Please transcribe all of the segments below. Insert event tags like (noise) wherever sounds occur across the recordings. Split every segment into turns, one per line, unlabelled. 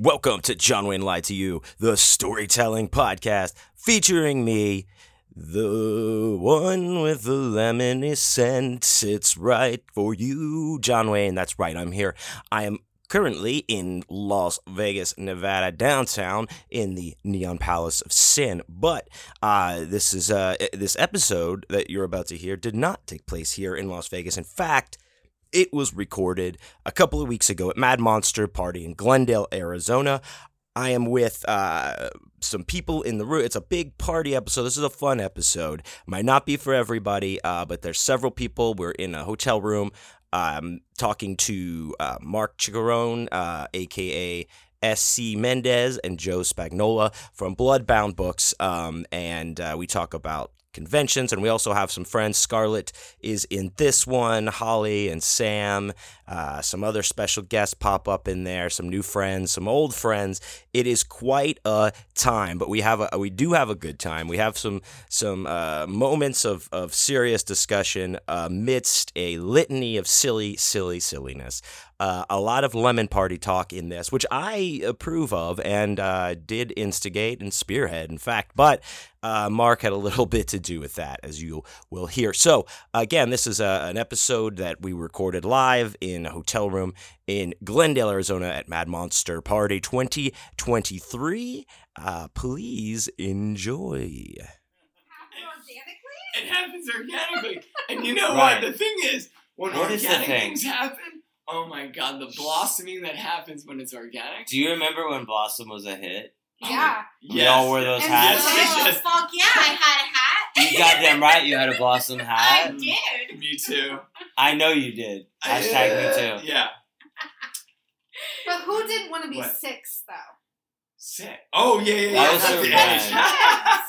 Welcome to John Wayne Lied to You, the storytelling podcast featuring me, the one with the lemony scent. It's right for you, John Wayne. That's right, I'm here. I am currently in Las Vegas, Nevada, downtown in the Neon Palace of Sin. But uh, this is uh, this episode that you're about to hear did not take place here in Las Vegas. In fact, it was recorded a couple of weeks ago at Mad Monster Party in Glendale, Arizona. I am with uh, some people in the room. It's a big party episode. This is a fun episode. Might not be for everybody, uh, but there's several people. We're in a hotel room um, talking to uh, Mark Chigarone, uh, aka SC Mendez, and Joe Spagnola from Bloodbound Books. Um, and uh, we talk about conventions. And we also have some friends. Scarlett is in this one, Holly and Sam, uh, some other special guests pop up in there, some new friends, some old friends. It is quite a time, but we have a we do have a good time. We have some some uh, moments of of serious discussion amidst a litany of silly, silly, silliness. Uh, a lot of lemon party talk in this, which I approve of and uh, did instigate and spearhead, in fact. But uh, Mark had a little (laughs) bit to do with that, as you will hear. So, again, this is a, an episode that we recorded live in a hotel room in Glendale, Arizona at Mad Monster Party 2023. please enjoy.
It happens organically. and you know
Right.
what? The thing is, when
What is the
organic
thing?
things happen, oh my god, the blossoming that happens when it's organic.
Do you remember when Blossom was a hit?
Yeah.
We all wore
And
those
so
hats.
I was like, fuck yeah, I had a hat.
You
(laughs)
goddamn right, you had a Blossom
I
hat.
did.
Me too.
I know you did. Hashtag me too.
Yeah.
But who didn't want to be
What?
six though?
Sick. Oh yeah, yeah, yeah.
That was
that's
so
the
bad.
edge.
Yes.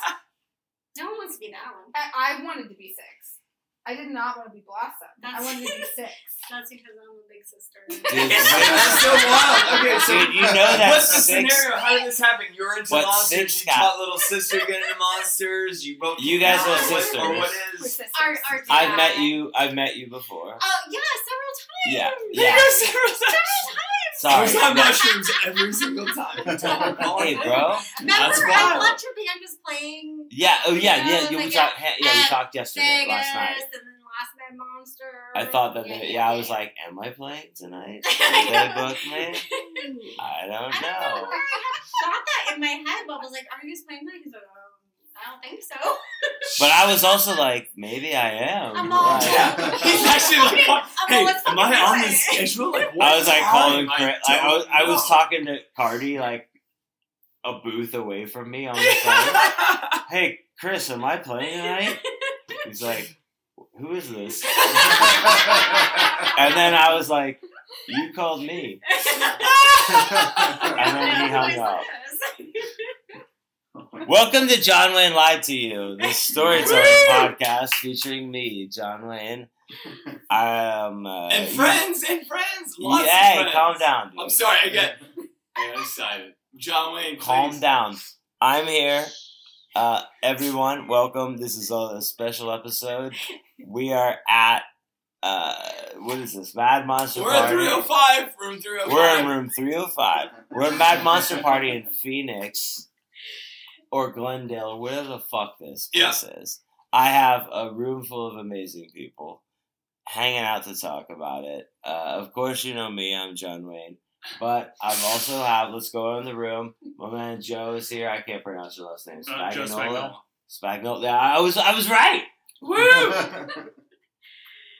No one wants to be that one.
I, I wanted to be six. I did not want to be Blossom. I
That's-
(laughs)
wanted to be six.
That's because I'm a big
(laughs)
sister.
Dude,
That's so wild. Okay, so
Dude, you know that
what's the
six-
scenario? How did this happen? You're into
What
monsters.
six
you
got-
taught little sister to get into monsters. You both.
You guys
Or
are
what-
sisters.
Or what
We're
is?
sisters.
Our, our dad.
I've met you. I've met you before.
Oh yeah, several times.
Yeah.
You
Yeah.
guys are- I
Sorry.
was on mushrooms every single time.
(laughs) Hey, bro.
Remember,
That's
I
wild.
left your band just playing
Yeah. Oh, yeah.
Yeah,
Yeah. You, we
like,
talked. Yeah, we
at
talked yesterday,
Vegas,
last
and
night.
then last night Monster.
I thought that. they, yeah. I was like, am I playing
(laughs)
tonight? Did they book me? I
I
don't
don't know where
know.
I had shot that in my head, but I was like, "Are you just playing that?" He's like, um, "I don't think so."
But I was also like, maybe I am.
I'm all-
Like,
Yeah. (laughs) He's actually like,
I'm all,
hey,
"Let's
am
fucking
I on
do
the
it." (laughs)
schedule? Like, what
I was like
time?
calling. Chris, I, I, was, I
don't
was
know.
talking to Cardi like a booth away from me on
(laughs)
the phone. hey, Chris, am I playing tonight? He's like, who is this? And then I was like, you called me. And then he hung up. Welcome to John Wayne Lied to You, the storytelling podcast featuring me, John Wayne. Um, uh,
(laughs) and friends, and friends. Lots of
Yeah,
friends.
calm down, dude.
I'm sorry, I get (laughs) I got excited. John Wayne,
Calm
please.
down. I'm here. Uh, everyone, welcome. This is a, a special episode. We are at uh, what is this? Mad Monster
We're at
Party.
305, room 305.
We're in room 305. We're at Mad Monster Party in Phoenix or Glendale, wherever the fuck this place is. I have a room full of amazing people hanging out to talk about it. Uh, of course, you know me, I'm John Wayne. But I've also have, let's go in the room. My man Joe is here. I can't pronounce your last name.
Uh, Joe
Spagnola. Spagnola. Yeah, I was, I was right.
Woo!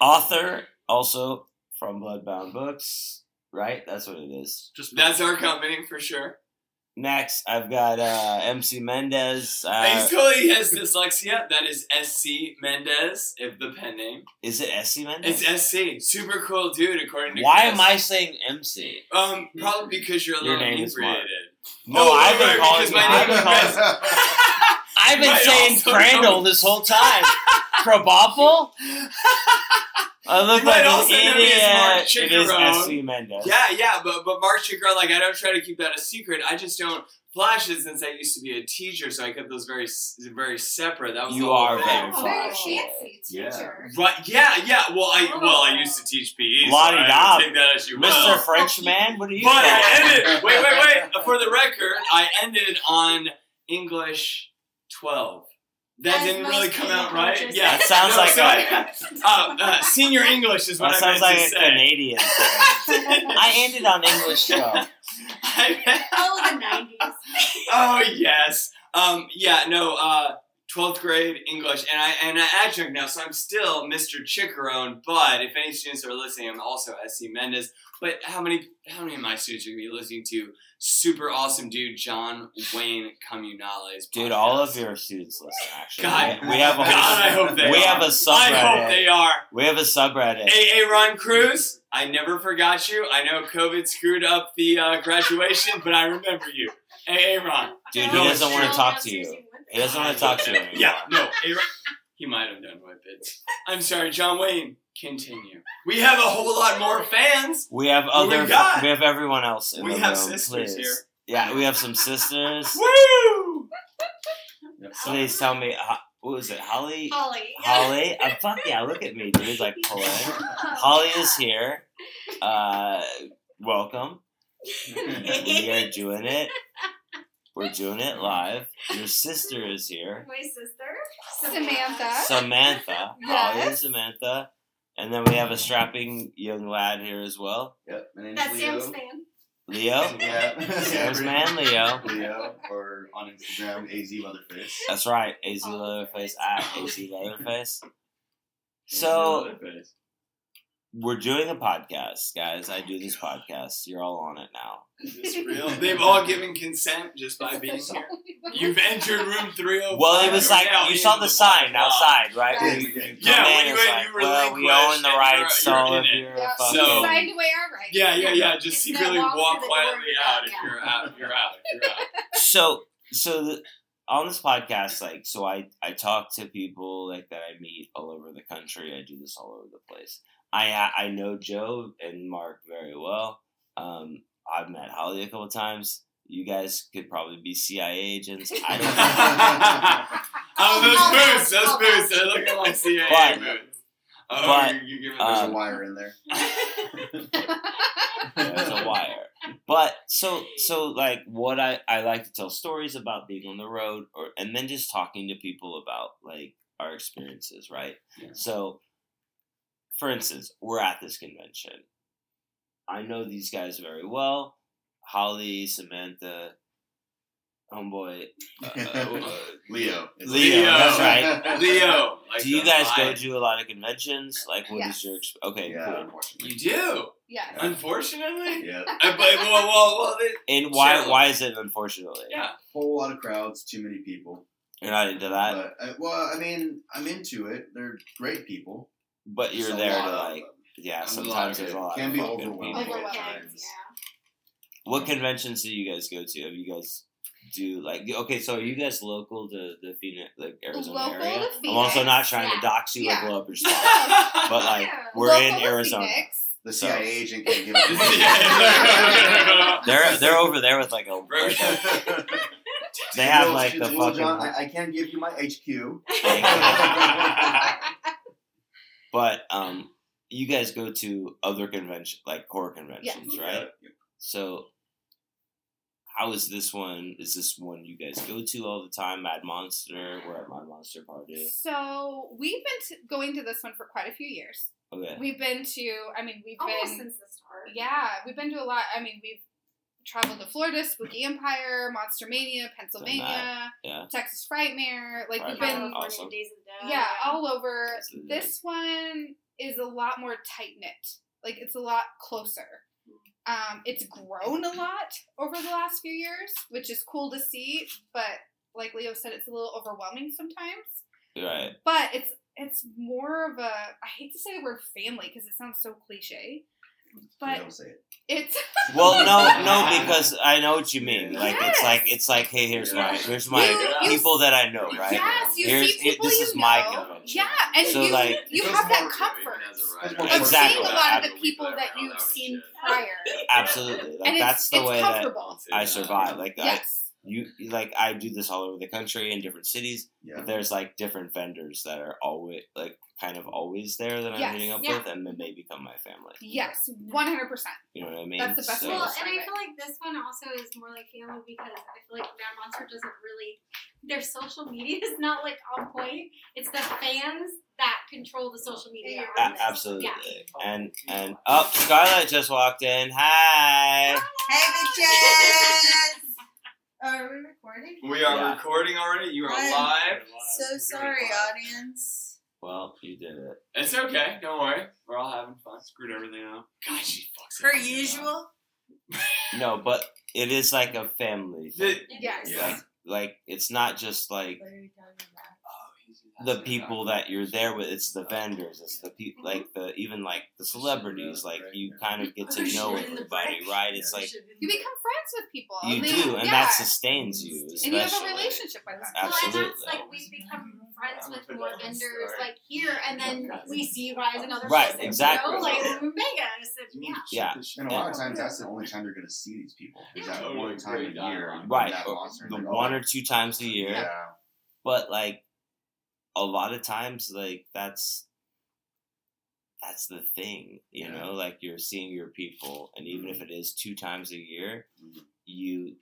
Author, also from Bloodbound Books, right? That's what it is.
Just
That's our company for sure.
Next, I've got uh, MC Mendez. Uh,
Thanks, Cody. He has dyslexia. That is SC Mendez, if the pen name.
is it SC Mendez?
It's SC. Super cool dude, according to
Why
Chris.
am I saying MC?
Um, probably because you're a
Your
little
name is
inebriated.
No,
Oh,
I've
right,
been calling.
because my
I've
name
been,
is (laughs)
calling I've been
Right,
saying
also
Crandall
known- (laughs)
this whole time. Krabappel? I look
You
like
might
an
also know me as
idiot. It
Mark
is
Chicharone.
SV Mendez.
Yeah, yeah, but but Mark Chagrin, like I don't try to keep that a secret. I just don't flash it since I used to be a teacher, so I kept those very s- very separate. That was
You
the whole
are
thing.
very
Oh, very
flashy.
fancy
Yeah.
teacher.
Right? Yeah, yeah. Well, I well I used to
Oh.
teach PE. So I
La-di-da.
don't take that as you will.
Mr. Frenchman, what are you
But I
doing?
ended. Wait, wait, wait. For the record, I ended on English twelve. That
As
didn't
most E
really come out
people
right.
just-
Yeah,
That sounds
No,
like
so (laughs) I- uh, uh, senior English is what
That
I
sounds
meant
like
to
a
say. (laughs)
Canadian thing. I ended on English show.
I-
Oh, the 90s.
oh yes. Um, yeah. No. Uh, twelfth grade English, and I and I adjunct now, so I'm still Mr. Chicharone. But if any students are listening, I'm also SC Mendez. But how many how many of my students are gonna be listening to super awesome dude John Wayne Communales?
Dude, all of your students listen, actually.
God,
(laughs) we have a
God, I hope they
we
are.
have a
I hope
subreddit.
they are.
We have a subreddit.
Hey, hey, Ron Cruz, I never forgot you. I know COVID screwed up the uh, graduation, but I remember you. Hey, hey, Ron.
Dude, he
No,
doesn't
it's
want to
true.
talk to you. He doesn't want to talk to you anymore.
Yeah, no. Hey, Ron. He might have done whip it. I'm sorry, John Wayne. Continue. We have a whole lot more fans.
We have
Who we
other. We,
got?
have everyone else in
We
the
have
room,
sisters
please.
here.
Yeah, we have some sisters.
Woo!
please tell me, ho- what was it, Holly?
Holly.
Holly? Uh, fuck yeah, look at me, dude. (laughs) Like
(laughs)
pulling. Holly is here. Uh, welcome. We are doing it. We're doing it live. Your sister is here.
My sister.
Samantha.
Samantha.
(laughs)
Holly and
Yes.
Samantha. And then we have a strapping young lad here as well.
(laughs) Yep, my name's
That's
Leo.
Sam's fan.
Leo.
Yeah. (laughs)
Sam's man, Leo.
Leo, or on Instagram, AZ Leatherface.
That's right. AZ
Oh,
Leatherface
that's-
at AZ
(laughs)
Leatherface. So
(laughs)
Leatherface.
we're doing a podcast, guys. I do this podcast. You're all on it now.
Is this real? They've all given consent just by
(laughs)
being here. You've entered room 305.
Well, it was like
You're now
you saw
in
the sign
podcast.
outside, right?
Yeah.
Where you
Yeah,
come
when
in,
you-
it's
when
like,
you
well, we
relinquish
own the
and
rights,
you're- you're
so
in
if
it.
you're
Yeah,
a
we
fucking
So-
signed away our rights.
Yeah, yeah, yeah. Just
It's
secretly
that walk to
walk
the door
quietly
you're
out
out,
if
yeah.
you're out. You're out. You're out.
so so the, on this podcast like so i i talk to people like that i meet all over the country i do this all over the place i i know joe and mark very well um i've met holly a couple times you guys could probably be cia agents i don't know
Oh, those boots, those
Oh,
boots. They're looking like CIA
But-
boots. Oh,
but,
you're, you're giving
(laughs) There's
uh,
a wire
(laughs)
in there. (laughs)
There's a wire. But so so like what I I like to tell stories about being on the road or and then just talking to people about like our experiences, right?
Yeah.
So for instance, we're at this convention. I know these guys very well. Holly, Samantha, homeboy, uh,
(laughs)
uh,
Leo. It's
Leo,
that's
(laughs)
(laughs) right.
Leo. Like
do you
the
guys go
lion.
to a lot of conventions? Like, what is
Yes.
your exp- okay?
Yeah,
Cool.
unfortunately.
You do,
Yes.
unfortunately.
Yeah.
Uh, but well, well, well. They,
And why
So-
why is it unfortunately?
yeah.
Whole lot of crowds, too many people.
You're not into that,
but, uh, well, I mean, I'm into it. They're great people.
but you're
There's a
there
lot
to
um,
of
like.
them.
Yeah,
There's a lot
sometimes
of
there's a
it.
lot.
Can
of
be
fucking
overwhelming.
people.
Overwhelming.
Overwhelmed,
Times.
yeah.
What conventions do you guys go to? Have you guys do like okay? So are you guys local to the Phoenix, like Arizona
Local to
area? I'm
Phoenix,
also not trying
yeah.
to dox you
Yeah.
or blow up your
(laughs)
spot,
yeah.
(laughs)
(laughs)
but like
Yeah.
we're
Local
in
to
Arizona.
Phoenix.
The
So-
CIA agent
(laughs)
can't give a
Yeah.
They're they're over there with like a.
(laughs)
like a- they have like the
Little
fucking.
John, I, I can't give you
(laughs)
my HQ. (laughs)
but um, you guys go to other convention like horror conventions, right? So, how is this one? Is this one you guys go to all the time? Mad Monster. We're at Mad Monster party.
So we've been t- going to this one for quite a few years.
Okay.
We've been to, I mean, we've
Almost
been,
since the start.
yeah, we've been to a lot. I mean, we've traveled to Florida, Spooky Empire, Monster Mania, Pennsylvania,
yeah.
Texas Frightmare. Like we've
Frightmare,
been,
awesome.
Days of the Dead.
yeah, all over.
That's the-
This one is a lot more tight knit. Like it's a lot closer. Um, it's grown a lot over the last few years, which is cool to see. But like Leo said, it's a little overwhelming sometimes.
Right.
(laughs) But it's it's more of a I hate to say the word family because it sounds so cliche,
Please
but
don't say it.
it's
Well, no, no, because I know what you mean. Like it's
Yes.
like it's like, hey, here's my here's
You-
my
you-
people that I know, right?
yes, you
here's
see people
this
you
is
know.
my convention.
Yeah, and
So,
you
like-
you
It
have
goes
that
more
comfort
more
of seeing
Exactly.
a lot of the people that you've seen prior,
Absolutely. (laughs) Like
and
that's
it's
the
it's
way that
comfortable.
I survive. Like I
yes,
you like I do this all over the country in different cities.
Yeah.
But there's like different vendors that are always like kind of always there that I'm
Yes,
meeting up
yeah.
with, and then they become my family.
yes, one hundred percent.
You know what I mean?
That's the best
So-
way
Well,
to
and I
describe
feel like this one also is more like family because I feel like Mad Monster doesn't really their social media is not like on point. It's the fans that control the social media.
Yeah.
on
A-
this.
absolutely.
Yeah.
And and oh, Scarlett just walked in. Hi.
(laughs)
Hey, bitches! Oh, Are we recording?
We are
Yeah.
recording already. You are
I'm
live.
So sorry,
uh,
audience.
Well, you did it.
It's okay. Don't worry. We're all having fun. Screwed everything up. God, she fucks
Per
everything up.
usual.
No, but it is like a family. Thing.
The-
Yes,
Yeah.
Like like it's not just like
What are we talking about?
the people that you're there with. It's the vendors. It's the
Mm-hmm.
people like the even like the celebrities. Like you kind of get to know everybody, right? It's like
you become friends with people.
you
they-
do, and
yeah.
that sustains you.
and you
Especially.
have a relationship with them.
Well, and
Absolutely.
that's like we've become friends with more vendors like here, and then we see you guys in other
Right,
places. you
exactly.
know, like in Vegas. And, yeah.
Yeah.
And a lot of times, that's the only time you're going to see these people. Is that
Totally
one time a
great
year?
dialogue.
when
Right.
that monster-
The
like, oh,
one or two times a year,
(laughs) Yeah.
but like a lot of times, like that's that's the thing, you
Yeah.
know. Like you're seeing your people, and even
Mm-hmm.
if it is two times a year,
Mhm.
you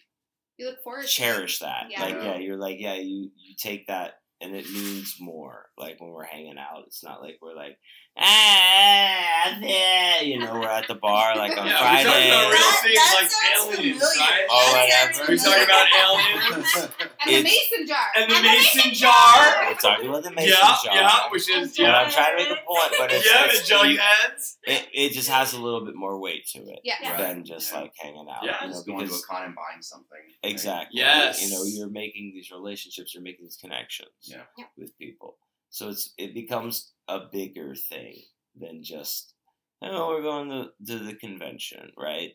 You look forward. to it.
cherish that.
Yeah.
Like
Yeah.
yeah, you're like yeah, you you take that and it means more. Like when we're hanging out, it's not like we're like ah, yeah," you know, we're at the bar like
(laughs)
on
Yeah, we're talking about real
Friday.
That-
things
that
like
sounds
aliens,
familiar.
right?
Oh,
That
whatever.
sounds
We talking
familiar.
about
(laughs)
aliens
And the
It's-
mason jar.
and the
And the
mason jar.
We're talking about the mason
Yeah,
jar.
yeah, which is
But
yeah,
I'm trying to make a point, but it's,
yeah, the
it's-
jelly heads.
it, it just has a little bit more weight to it
yeah.
Right.
than just
Yeah.
like hanging out.
Yeah,
you know,
Just going to a
because
con and buying something.
(laughs)
Like,
exactly.
Yes.
You know, you're making these relationships, you're making these connections
Yeah.
Yeah.
with people. So it's it becomes a bigger thing than just oh we're going to, to the convention, right?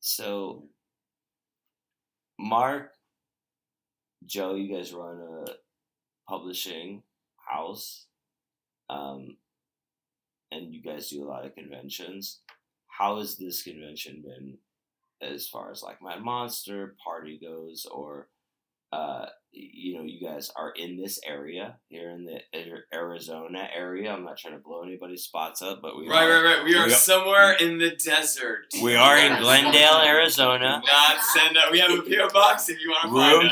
So Mark, Joe, you guys run a publishing house. Um and you guys do a lot of conventions. How has this convention been as far as like my monster party goes or uh you know you guys are in this area here in the Ar- arizona area i'm not trying to blow anybody's spots up but we
Right,
are,
right, right. We are
We are-
somewhere in the desert.
we are in
Yes.
glendale
Do
arizona
Not send up. We have a PO box if you want to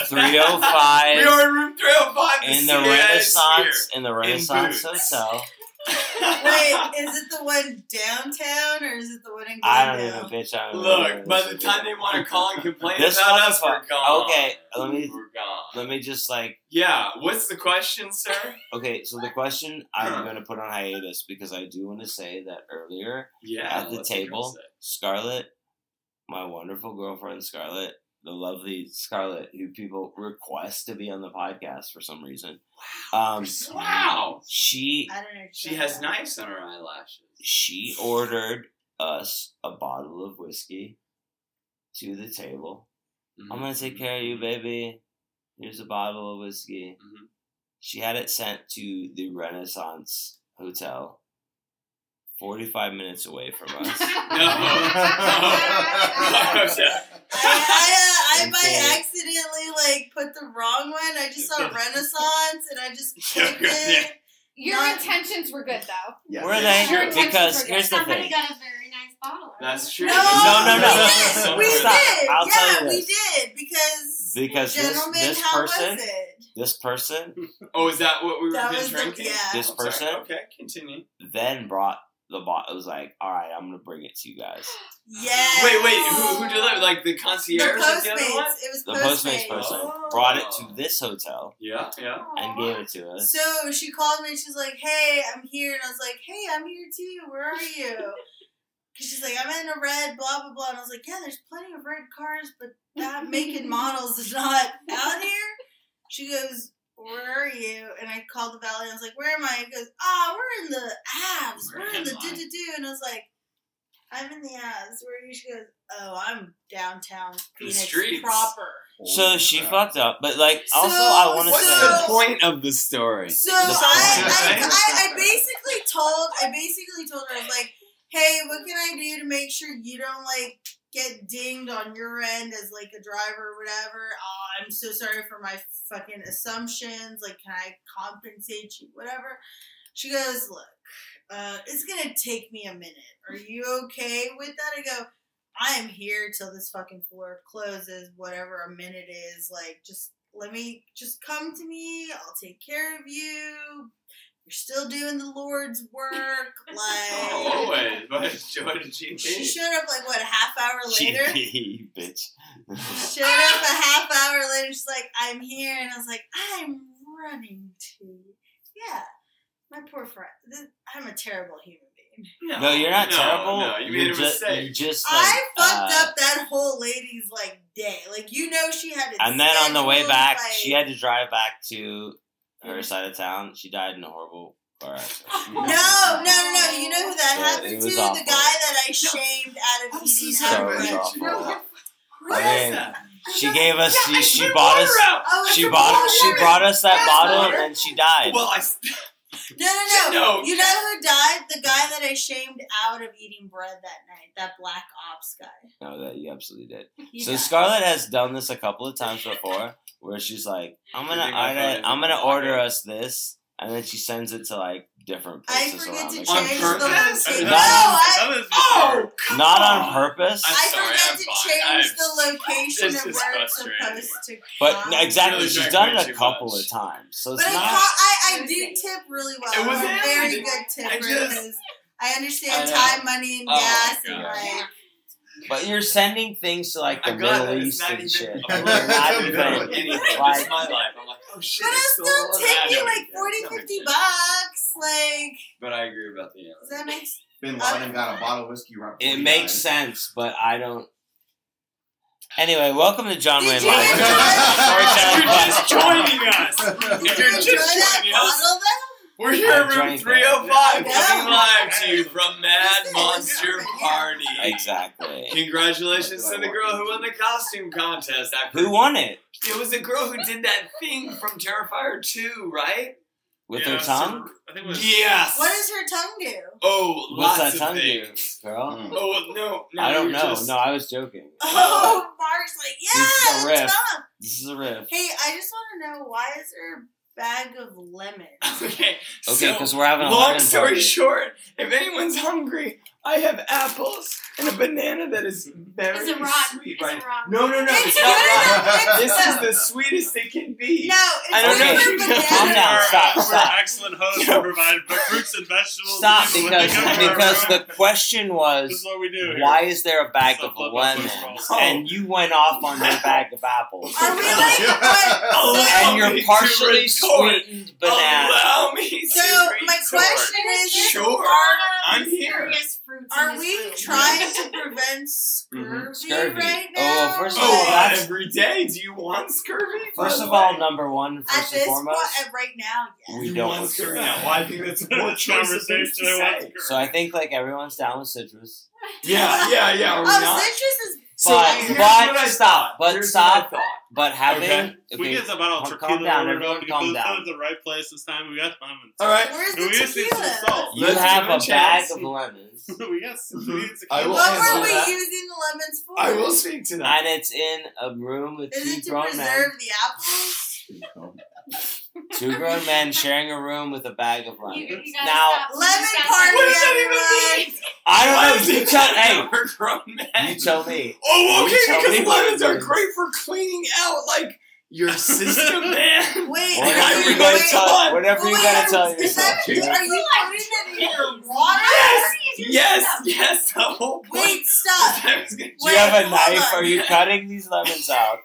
(laughs) find us. (laughs)
room
we
305
are in room 305.
in the
CIA is here.
renaissance in the renaissance
boots.
hotel
(laughs)
Wait, is it the one downtown or is it the one in Glendale?
i don't even bitch i don't even
Look,
know
by
this
the
is-
time they want to call and complain
This
about us, we're
motherfucker-
gone.
okay, let me-
We're gone.
let me just like
yeah, what's the question, sir?
okay so the question i'm
Huh.
going to put on hiatus because i do want to say that earlier
Yeah.
at the
let's hear
table.
it.
Scarlett, my wonderful girlfriend Scarlett, the lovely Scarlett, who people request to be on the podcast for some reason. Um,
Wow.
she
I don't know.
She has knives on her eyelashes.
she ordered us a bottle of whiskey to the table. I'm gonna
Mm-hmm.
take care of you, baby. Here's a bottle of whiskey.
Mhm.
She had it sent to the Renaissance Hotel, 45 minutes away from
(laughs)
us.
(laughs)
I, I, uh, I
Okay.
might accidentally like put the wrong one. I just saw Renaissance and I just clicked
Yeah.
it.
Your
Not-
intentions were good though.
Yeah.
Were
Yeah.
they?
Sure.
Because here's the
Somebody
thing.
got a very nice bottle.
That's true.
No,
No, no, no.
Yes, we
Stop.
did.
I'll
yeah,
tell you
we
this.
did because
Because this,
gentlemen,
this
how
person,
was it?
this person
(laughs) Oh, is that what we were
That
been
was the-
drinking?
yeah.
This
I'm sorry.
person?
Okay, continue.
then brought the bottle. It was like, all right, I'm gonna bring it to you
(gasps)
guys.
Yeah.
Wait, wait, who, who delivered? Like the
The
concierge at the other one?
Postmates. It was
The Postmates person
Oh.
brought it to this hotel
Yeah, yeah.
and gave it to us.
So she called me and she's like, "Hey, I'm here," and I was like, "Hey, I'm here too. Where are you?"
(laughs)
Because she's like, "I'm in a red, blah blah blah," and I was like, "Yeah, there's plenty of red cars, but
(laughs)
that making models is not out here." She goes, "Where are you?" And I called the valley. And I was like, "Where am I?" It goes, "Ah, we're in the abs. We're in the do do do," and I was like. I'm in the abs. Where are you? She goes, Oh, I'm downtown
The
Phoenix
streets.
proper.
So
Holy
she
crap.
fucked up, but like also
So-
I want to
What's
say
the point of the story?
So
The
I, I,
story.
I, I basically told I basically told her I was like, hey, what can I do to make sure you don't like get dinged on your end as like a driver or whatever? Oh, I'm so sorry for my fucking assumptions. Like, can I compensate you? Whatever. She goes, look, uh, it's gonna take me a minute. Are you okay with that? I go. I am here till this fucking floor closes, whatever a minute is. Like, just let me, just come to me. I'll take care of you. You're still doing the Lord's work. Like,
Always, but (laughs) what did Oh, she
she
think?
showed up like, what, a half hour later?
GP, bitch.
Showed up a half hour later. She's like, I'm here. And I was like, I'm running to. Yeah. My poor friend. This- I'm a terrible human being.
No, you're not
no,
terrible.
No, you
are
made a
just,
mistake.
You're just
I
like,
fucked
uh,
up that whole lady's like day. Like you know she had it.
uh, And then on the way
scheduled,
back,
like-
she had to drive back to
Mm-hmm.
her side of town. She died in a horrible car accident.
No, no, no, no. You know who that
Yeah, it
happened
was
to? The guy
awful.
that I shamed out of
I'm so
eating
sorry about
out of
Sorry,
that.
bread.
awful.
Really?
I mean, she gave us.
Yeah, I
she she
threw
bought
water
us.
out.
(laughs)
Oh, it's
She
a
bought us. She
water.
brought us that
That's
bottle,
water.
and then she died.
Well, I s-
No, no, no.
No.
You know who died? The guy that I shamed out of eating bread that night. That black ops guy.
no, that you absolutely did.
He
So
died.
Scarlett has done this a couple of times before, where she's like, "I'm gonna
You think my phone is
order, I'm
in
gonna
my pocket?
order us this," and then she sends it to like different
I
places
forget
around
to
the
change
on
country.
the
purpose?
location.
No,
No, I,
That was Oh, come
(laughs) Not on
on.
purpose,
I'm
I
sorry, I'm
forget to
fine.
change
I'm-
the location
this
of
is
where it's
frustrating.
supposed to.
but no,
come.
exactly,
Really
she's
drank
done
way
it a
too
couple
much.
of times, so
But
it's
I,
not.
caught, I, I
It
do
was
tip really well.
It was
I'm a
it.
very
I
good tipper
just-
because I understand
I know.
time, money, and
Oh my
gas, and
gosh.
like
But you're sending things to like the
I'm glad that
Middle
it's
East
not
and
even (laughs)
shit.
a little
Like, not
bit of
even.
Like-
anything. Just my life. I'm like, oh shit.
But
there's a
it'll still
lot
take me
happening.
like 40,
That makes
50
sense.
bucks. Like,
But I agree about the
does
answer.
that make sense?
Bin Laden got a bottle of whiskey right before
It
he
makes
died.
sense, but I don't. Anyway, welcome to John
Did
Wayne
you
Live.
enjoy-
(laughs) You're
Storytelling
just
podcast.
joining us.
Did
you're
you enjoy
just
that
joining us-
bottle though?
We're here in
I
room
drank
305
that.
Yeah.
coming live to you from Mad
Listen,
Monster
yeah.
Party.
Exactly.
Congratulations to the girl who won the costume contest. After
Who won it
It was the girl who did that thing from Terrifier 2, right?
with
Yeah,
her
so-
tongue?
I think it was.
Yes.
What does her tongue do?
Oh,
What's
lots
that
of
tongue do,
things.
girl?
Mm.
Oh no, no
I don't
you're
know.
Just,
No, I was joking.
(laughs) Oh, Mark's like,
is a
yeah,
riff.
the tongue.
This is a riff.
Hey, I just want to know why is there a bag
(laughs)
of lemons?
(laughs) Okay.
Okay,
So,
because we're having a
long
Latin
story
party.
short, if anyone's hungry, I have apples and a banana that is very
Is it rotten?
sweet.
Is
right
it rotten?
No, no, no,
It's
it's
good
not rotten.
enough.
This
It's
is the sweetest it can be.
No, it's
I don't know. (laughs)
flavored
You
banana.
guys-
Calm down. Stop.
We're
Stop.
excellent hosts
Yo.
who provide fruits and
(laughs)
vegetables.
Stop.
This is what they
Because
come to our
because
room.
the question
this is
was
what we do. here.
why is there a bag
Stop,
of
stop,
lemons?
stop, stop, stop.
And you went off on your bag of apples.
Are we like, what?
(laughs) Allow
and
me
your
to
partially
retort.
sweetened (laughs) banana.
Allow me to
So, my
retort.
question is
Sure. I'm
I'm
here.
here. Fruits in
Are
this
we
room. (laughs)
trying to prevent
Mm-hmm.
scurvy,
Scurvy.
right now?
Oh, well, first of
Oh,
all,
Like,
that's-
every day. Do you want scurvy?
First of
By the
all,
way.
number one,
at
first and
this point,
foremost,
at right now, yes.
we
You
don't
want
want
scurvy.
syrup.
No, I think (laughs) that's a poor choice of things to
Conversation, I want
say.
scurvy.
So I think like everyone's down with citrus.
(laughs) Yeah, yeah, yeah. Are we
oh,
not?
citrus is
So
but-
here's
but
what I
stop,
thought.
but
Here's
stop.
what I thought.
But having okay,
If we get the bottle of
Calm
tequila
down,
ordered
everyone
up,
calm
we put
down.
it at the right place this time. (laughs) We got lemons.
All right.
where's
And
the
we just need some
tequila?
salt.
you
let's
have
give
a
it a
bag
chance. (laughs)
of lemons,
we got some. We need
I will Well,
tequila.
What
answer
were we
that.
using the lemons for?
I will speak to that.
and it's in a room with
Is
two
it to
grown
preserve
men.
the apples? (laughs)
Two grown men sharing a room with a bag of
You, you
lemons.
gotta
now
stop. You
Lemon
gotta
party,
What does
stop.
that even mean?
I don't
Why
know.
is
You
it
tell.
that
Hey,
we're grown men?
you tell me.
Oh,
You tell
okay,
me
because
what
lemons
it
are
is.
great for cleaning out, like, your system, (laughs) man.
Wait,
Well,
are
I
Whatever
you
you
regret
gotta
wait,
it.
tell. Whatever you
wait,
gotta tell
is
yourself.
that-
Junior.
Are you putting it in your water?
Yes!
Please, you're
Yes,
stuck.
yes, the whole point
Wait,
was
stop.
I was gonna-
Do you have a
Wait,
knife?
hold on.
Are you cutting these lemons out?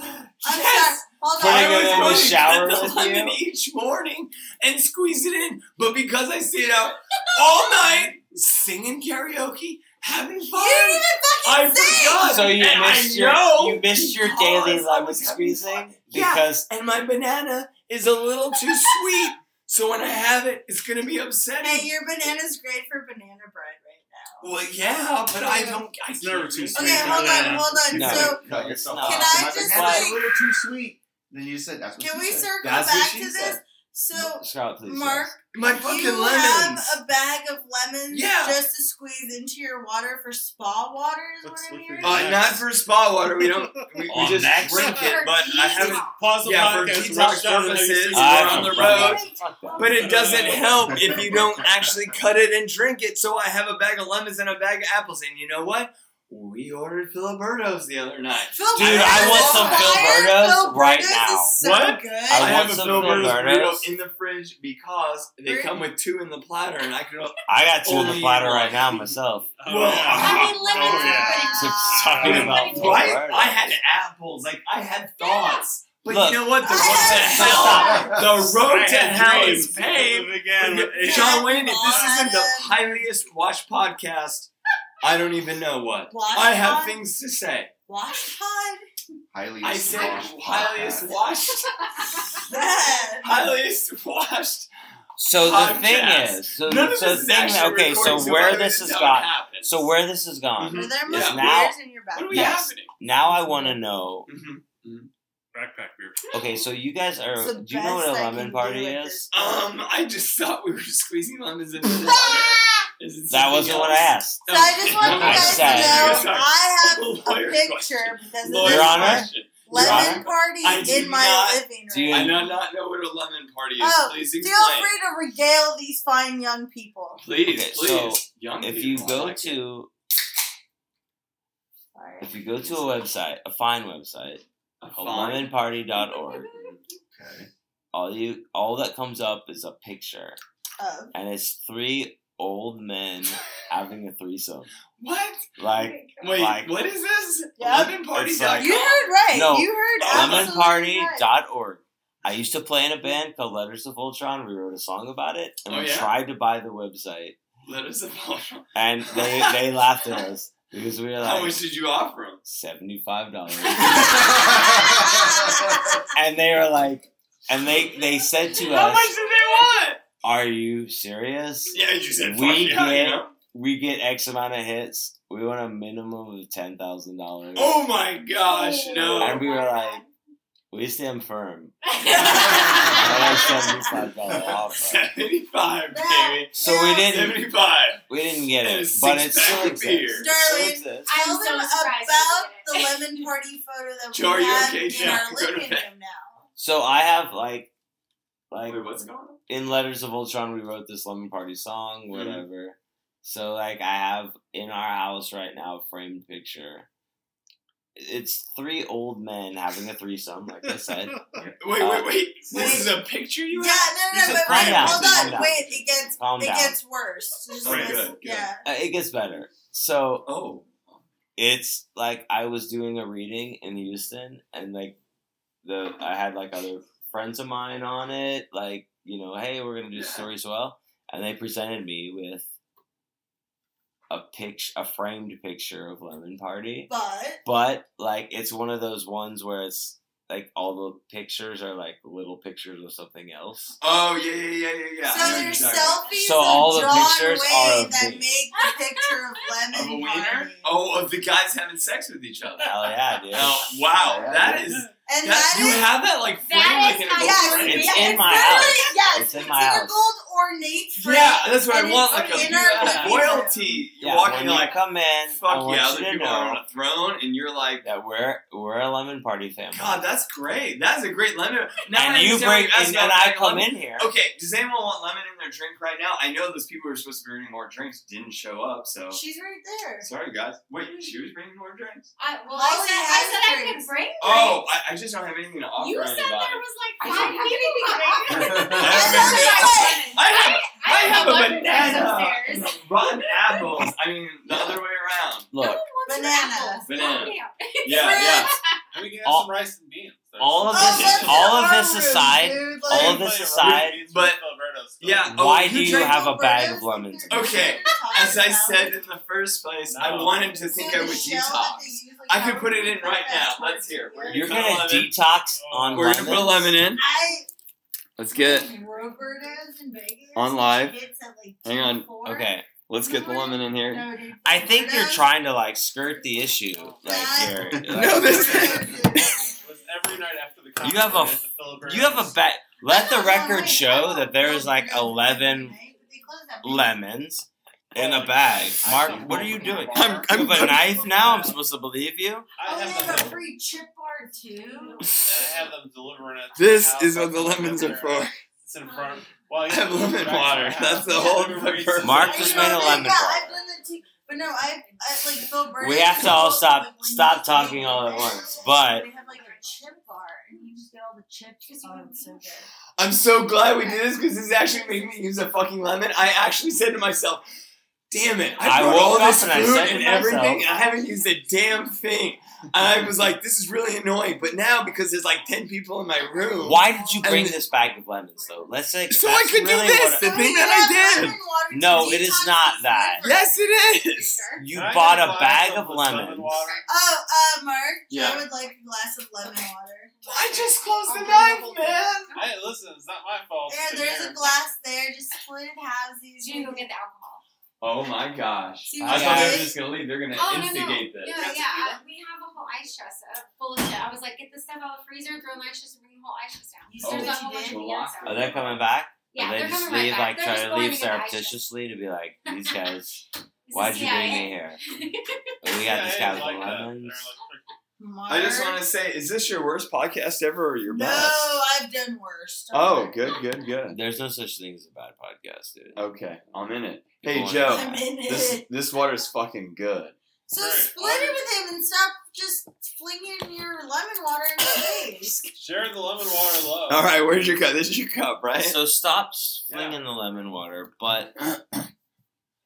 I'm
Yes!
sorry. Hold
Putting
on.
I
it
was
in the
going
shower
to cut
with
the lemon
you?
each morning and squeeze it in, but because I stayed out all night singing karaoke, having fun,
You didn't even
I
fucking say.
forgot.
So you
and
missed
I
your
know
you missed your
because
daily
I
lemon
was having fun.
squeezing
Yeah.
because
and my banana is a little too sweet. So when I have it, it's gonna be upsetting.
Hey, your banana's great for banana bread right now.
Well, yeah, but I don't. I
It's never too
can't
sweet.
Okay,
read
hold
that.
on, hold on.
No.
So
cut yourself
No.
off.
Can
It
I
might be
just,
that's
like-
a little too sweet? Then you said that's what
can
she
we
said.
circle
That's what
back
she
to this?
said.
So
Charlotte, please.
Mark,
My
you
fucking
have
lemons.
a bag of lemons
Yeah.
just to squeeze into your water for spa water is what
Let's
I'm
look
hearing.
at
Uh, not for spa water. We don't. We, we
On
just
next.
drink it, but I haven't.
Pause the
Yeah, for
podcast.
detox
rush down to
purposes,
Hastings.
we're
I
on
don't
the
know.
road.
Fuck that.
But it doesn't help if you don't actually cut it and drink it. So I have a bag of lemons and a bag of apples. And you know what? We ordered Filibertos the other night.
Phil
Dude,
Berners
I want
is
some
fire.
Philbertos
Phil
right
Berners
now.
Is so
What?
Good.
I,
want
have a
some
Filibertos burrito
Filibertos.
in the fridge because they
Really?
come with two in the platter, and I can.
I got two in
Only
the platter
one.
right now myself.
Oh,
Well,
yeah. (laughs)
I mean, lemons
Oh, yeah.
are
So
pretty
talking
Uh,
about
What?
Right?
Filibertos.
I had apples. Like I had thoughts. But
Look,
you know what? The road
I
to
had
hell. The
I
road to
had
hell
dreams
is paved.
Again,
When-
(laughs) with
John Wayne, if this isn't the
Bottom.
highliest watch podcast, I don't even know what.
Wash
I have
pod?
things to say.
Wash pod.
Highly
I said
squashed
highliest
podcast.
washed,
That.
(laughs) highliest washed.
So the thing
Podcast.
is, (laughs) so,
None of
so
this
the
is
thing,
actually
okay, so
recorded,
where
none
this
of
has
how it
gone,
happens.
so where this has gone,
Mhm.
Are there
Yeah.
much
Now-
in your
what
back?
are we
Yes.
happening?
now I want to know,
Mhm.
backpack beer.
okay, so you guys are,
It's the
do you know what
best
a
I
lemon
can
party
do at
is?
this
Um, I just thought we were (laughs) squeezing lemons into
(laughs)
the Is it
That
something
wasn't what I
else?
asked.
So I just want you
I
guys to
said-
know
(laughs) Sorry. Oh,
I have
Lawyer
a picture
question.
because of
Lawyer
this
Your Honor?
question.
Your
lemon
Honor?
I
party
do
in my
not-
living
Do
room.
you-
I do not know what a lemon party is.
Oh,
please
Feel
explain.
free to regale these fine young people.
Please,
Okay,
please.
so
Young
If you
people, I
go
like it.
to,
Sorry.
if you go to a website, a fine website,
A
a
fine-
lemonparty.org,
Okay.
all you, all that comes up is a picture,
Of
and it's three
(laughs)
old men having a threesome,
What?
like
Wait,
Like-
what is this?
Yeah.
Lemon party.
It's like-
you heard right.
No,
you heard absolutely
(laughs)
right. (laughs)
lemonparty.org. I used to play in a band called Letters of Voltron. We wrote a song about it, and
Oh,
we
yeah?
tried to buy the website,
Let us know. (laughs)
and they, they laughed at us because we were
How
like
much did you offer him?
seventy five dollars, and they were like, and they they said to
How much
us,
did they want?
"Are you serious?
Yeah, you said
We
fuck yeah, you
get-
know?
We get X amount of hits. We want a minimum of ten thousand dollars."
Oh my gosh, no. (laughs)
And (laughs) we were like, "We stand firm."
I'm
seventy five dollar offer.
75, baby.
So we didn't
75.
We didn't get
And a
it, but
six-pack
it still
of
exists.
beer.
It still
Darling,
exists.
I'm
Tell
so
them
surprised
about the
you did it.
lemon party photo that
Joe, are
we
you
have
okay,
in
Joe?
our
Go to bed.
living room now.
So I have like, like
Wait, what's going on?
in Letters of Ultron, we wrote this Lemon Party
Mm-hmm.
song, whatever. So like, I have in our house right now a framed picture. It's three old men having a threesome, like I
(laughs)
said.
Wait,
Uh,
wait, wait.
wait.
This is a picture you
Yeah,
have?
no,
You
no,
said
no, but
calm
wait,
down, calm
hold
down.
on, wait. It gets
Calm
it
down.
gets worse. Just
Alright,
listen,
good, good.
Yeah.
Uh, it gets better. So
Oh.
it's like I was doing a reading in Houston, and like the I had like other friends of mine on it, like you know, hey, we're gonna do stories well, and they presented me with a picture, a framed picture of Lemon Party,
But
but like it's one of those ones where it's like all the pictures are like little pictures of something else.
Oh, yeah, yeah, yeah, yeah, yeah. I know
so
what you're
there's
talking about.
selfies
So all
of
the
John
pictures
Wayne
are of
that
me.
make the
(laughs)
picture of
Of a
lemon
wiener?
party.
Oh, of the guys having sex with each other.
Hell yeah,
(laughs)
dude!
Oh, wow.
Yeah.
That is.
and
That,
that
you
is-
have that, like, frame,
That
like,
is
in
how-
a
yes,
gold frame?
It's
yes,
in my
literally,
house.
Yes,
It's in
it's
my
in a
house.
gold ornate frame.
Yeah, that's what
and
I want.
it's
Like a
in
beautiful
our
yeah,
living room.
royalty.
Yeah,
You're walking
when you
like,
come in, I
fuck
want
yeah,
you
other
to
people
know
are on a throne, and you're like,
that we're we're a Lemon Party family.
God, that's great. That's a great lemon. Now I
and you
understand why
bring
asked
and,
about
and I
lemon.
come in here.
Okay, does anyone want lemon in their drink right now? I know those people who are supposed to be bringing more drinks didn't show up, so
She's right there.
sorry guys. Wait, she was bringing more drinks.
I, well,
Holly
I said, I
has
said I
drinks.
could bring
Oh, I, I just don't have anything to offer
You said
anybody.
there was like
I
five
don't
people coming.
(laughs)
I have,
I
I have
love
a
your
banana,
friends upstairs.
rotten apples. I mean, the other way around.
No
Look,
one wants your
Banana.
apples.
Banana.
Goddamn.
Yeah, yeah.
And we can have
All-
some rice and beans. There's
all of
some-
Oh,
this-
that's in
all of
our
this
room,
aside-
dude, like-
all of
Play
this
with
aside-
beans with
but-
Alberto stuff.
Yeah. Oh,
why
you
do you
drank
have a
Roberto's
bag of
and
lemons?
they're
Okay,
talking
As I
about
said in the first place, I
No.
wanted to think I
the
would
shell that they
detox.
use, like,
I could
how
put it
we
in
put
right
that
now.
towards
Let's hear.
the end.
You're
Put a
gonna
lemon.
detox on
Oh, We're gonna put a
lemons?
lemon in.
I
Let's get
Roberta's in Vegas.
On live.
Hits at like
Hang on.
24.
Okay, Let's get the woman in here.
No, dude.
I think you're
Weirdos.
trying to like skirt the issue. Like
(laughs)
here. Like,
No, this-
was every night after the
You have a-
concert, it's Philip
you have a
Burns.
bet. Let the
No,
record
wait,
show
I
that there is like
thought-
eleven
They closed that bitch.
lemons in a bag. Mark, what are you doing?
I'm-
You have a knife now. I'm supposed to believe you.
I
Oh, they
have,
have a
them,
free chip bar too.
I have them delivering it. to
This
my
is
house.
what the lemons are for.
It's in front. (laughs) Well, you
I have
know,
lemon
it's
water.
right.
That's the whole
Everybody's-
purpose.
Mark
I
just
know,
made a
like,
lemon
yeah,
bar.
I've done that too. But no, I, I like Bill Burr.
We have to all stop stop talking all at once. But
they have like a chip bar, and you just get all the chips. Oh, it's so good.
I'm so glad we did this because this is actually making me use a fucking lemon. I actually said to myself, "Damn it! I,
I
brought
woke
all
up
this
and
food
I
and,
said to myself-
everything, and I haven't used a damn thing." And I was like, "This is really annoying." But now because there's like ten people in my room,
why did you bring
And-
this bag of lemons though? Let's say
so I could do this. The
No,
thing
you
that I
have
did.
lemon water to
No, it is
detox
not
the
that.
flavor.
Yes, it is.
Sure.
You
Can I
bought
get
a
glass
bag of
with lemon
lemons.
water?
Oh, uh, Mark,
Yeah.
I would like a glass of lemon water.
I just closed the
Okay,
knife,
hold on.
man.
Hey, listen, it's not my
Oh,
fault.
There,
It's
there's
in
a glass there. Just split it halvesies.
You can go get the alcohol.
Oh my gosh.
See,
I
we
thought they were
did it.
just gonna leave. They're gonna
Oh, no, no.
instigate this.
Yeah, yeah. We have a whole ice chest uh, full of shit. I was like, get this stuff out of the freezer, throw in the ice chest, and bring the whole ice chest down.
You
There's
said
a
what
whole
you
bunch
did?
of
Well,
beans
I-
out.
Are they coming back?
Yeah,
or
they're
they just
coming right
leave
back.
like
They're
try
just
to
going
leave
to get the ice chest.
surreptitiously to
(laughs)
be like, these guys,
This
why'd
is
you bring me
(laughs)
here? And we got this guy
Yeah,
with
I like that.
lemons.
Mark.
I just want to say, is this your worst podcast ever or your
No,
best?
I've done worse. Don't
Oh,
worry.
good, good, good.
There's no such thing as a bad podcast, dude.
Okay, I'm in it. Hey,
People
Joe.
wanna-
I'm in it.
This this water's fucking good.
so
Right.
split it with him and stop just flinging your lemon water in his
(laughs)
face.
Share the lemon water love.
All right, where's your cup? This is your cup, right?
So stop flinging the lemon water, but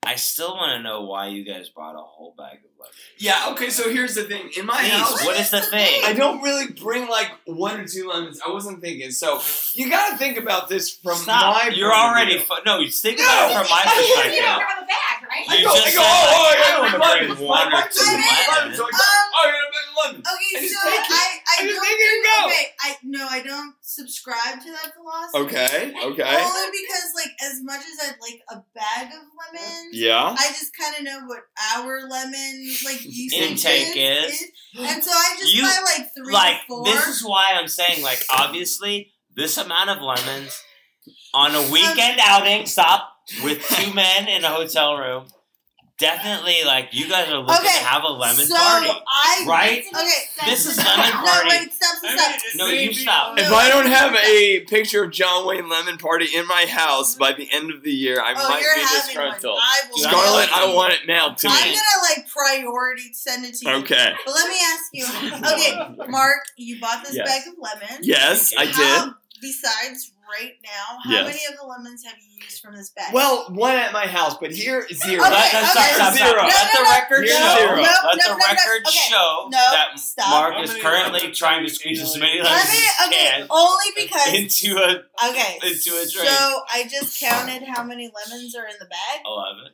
I still want to know why you guys brought a whole bag of lemons.
Yeah. Okay. So here's the thing. In my
Please,
house,
what is the thing?
I don't really bring like one or two lemons. I wasn't thinking. So you got to think about this from
Stop.
my.
You're
point of
already
view.
fu- no. You think
No!
about it from my
I hear
perspective.
You don't grab a bag, right?
I
You
go. I
just
go.
said,
Oh,
like,
I
I'm
don't
gonna
want
bring
lemons.
one
My
or
wife
two
doesn't like lemons.
lemons.
So I go,
Um,
oh, you're gonna bring lemons. I
Okay,
just
so
take it.
I, I
I just
don't
take it and go.
Okay, I no, I don't subscribe to that philosophy.
Okay. Okay.
Only because, like, as much as I'd like a bag of lemons,
Yeah.
I just kind of know what our lemon
(laughs)
like usage
Intake
is,
is.
and so I just
You-
buy like three,
like
or four.
this is why I'm saying like obviously this amount of lemons on a weekend outing stop with two men in a hotel room definitely like you guys are looking
Okay,
to have a lemon
so (laughs)
party
I
right
okay.
This is lemon
(laughs) No,
party.
wait, stop,
I
stop,
mean,
stop.
it
No,
may
you
be-
stop.
If I don't have a picture of John Wayne Lemon Party in my house by the end of the year, I
oh,
might
you're
be
having one.
disgruntled.
I will.
Scarlett, I want it now too.
I'm gonna like priority send it to you.
Okay.
But let me ask
(laughs)
you. (laughs) Okay, Mark, you bought this
Yes.
bag of lemons.
Yes, I
How-
did.
Besides right now, how
Yes.
many of the lemons have you used from this bag?
Well, one at my house, but here zero.
Okay,
let, no, stop,
okay.
stop, stop.
Zero.
let
No,
the
no, no.
record
You're
show
zero.
No,
let
no,
the
no, no.
record
Okay,
show
no,
that
stop.
Mark
How
is
many
currently
lemons
trying to
do you
squeeze as
eat?
many
let
lemons as
me.
he
Okay,
can
only because.
into a
Okay.
into a drink.
So I just counted how many lemons are in the bag
eleven.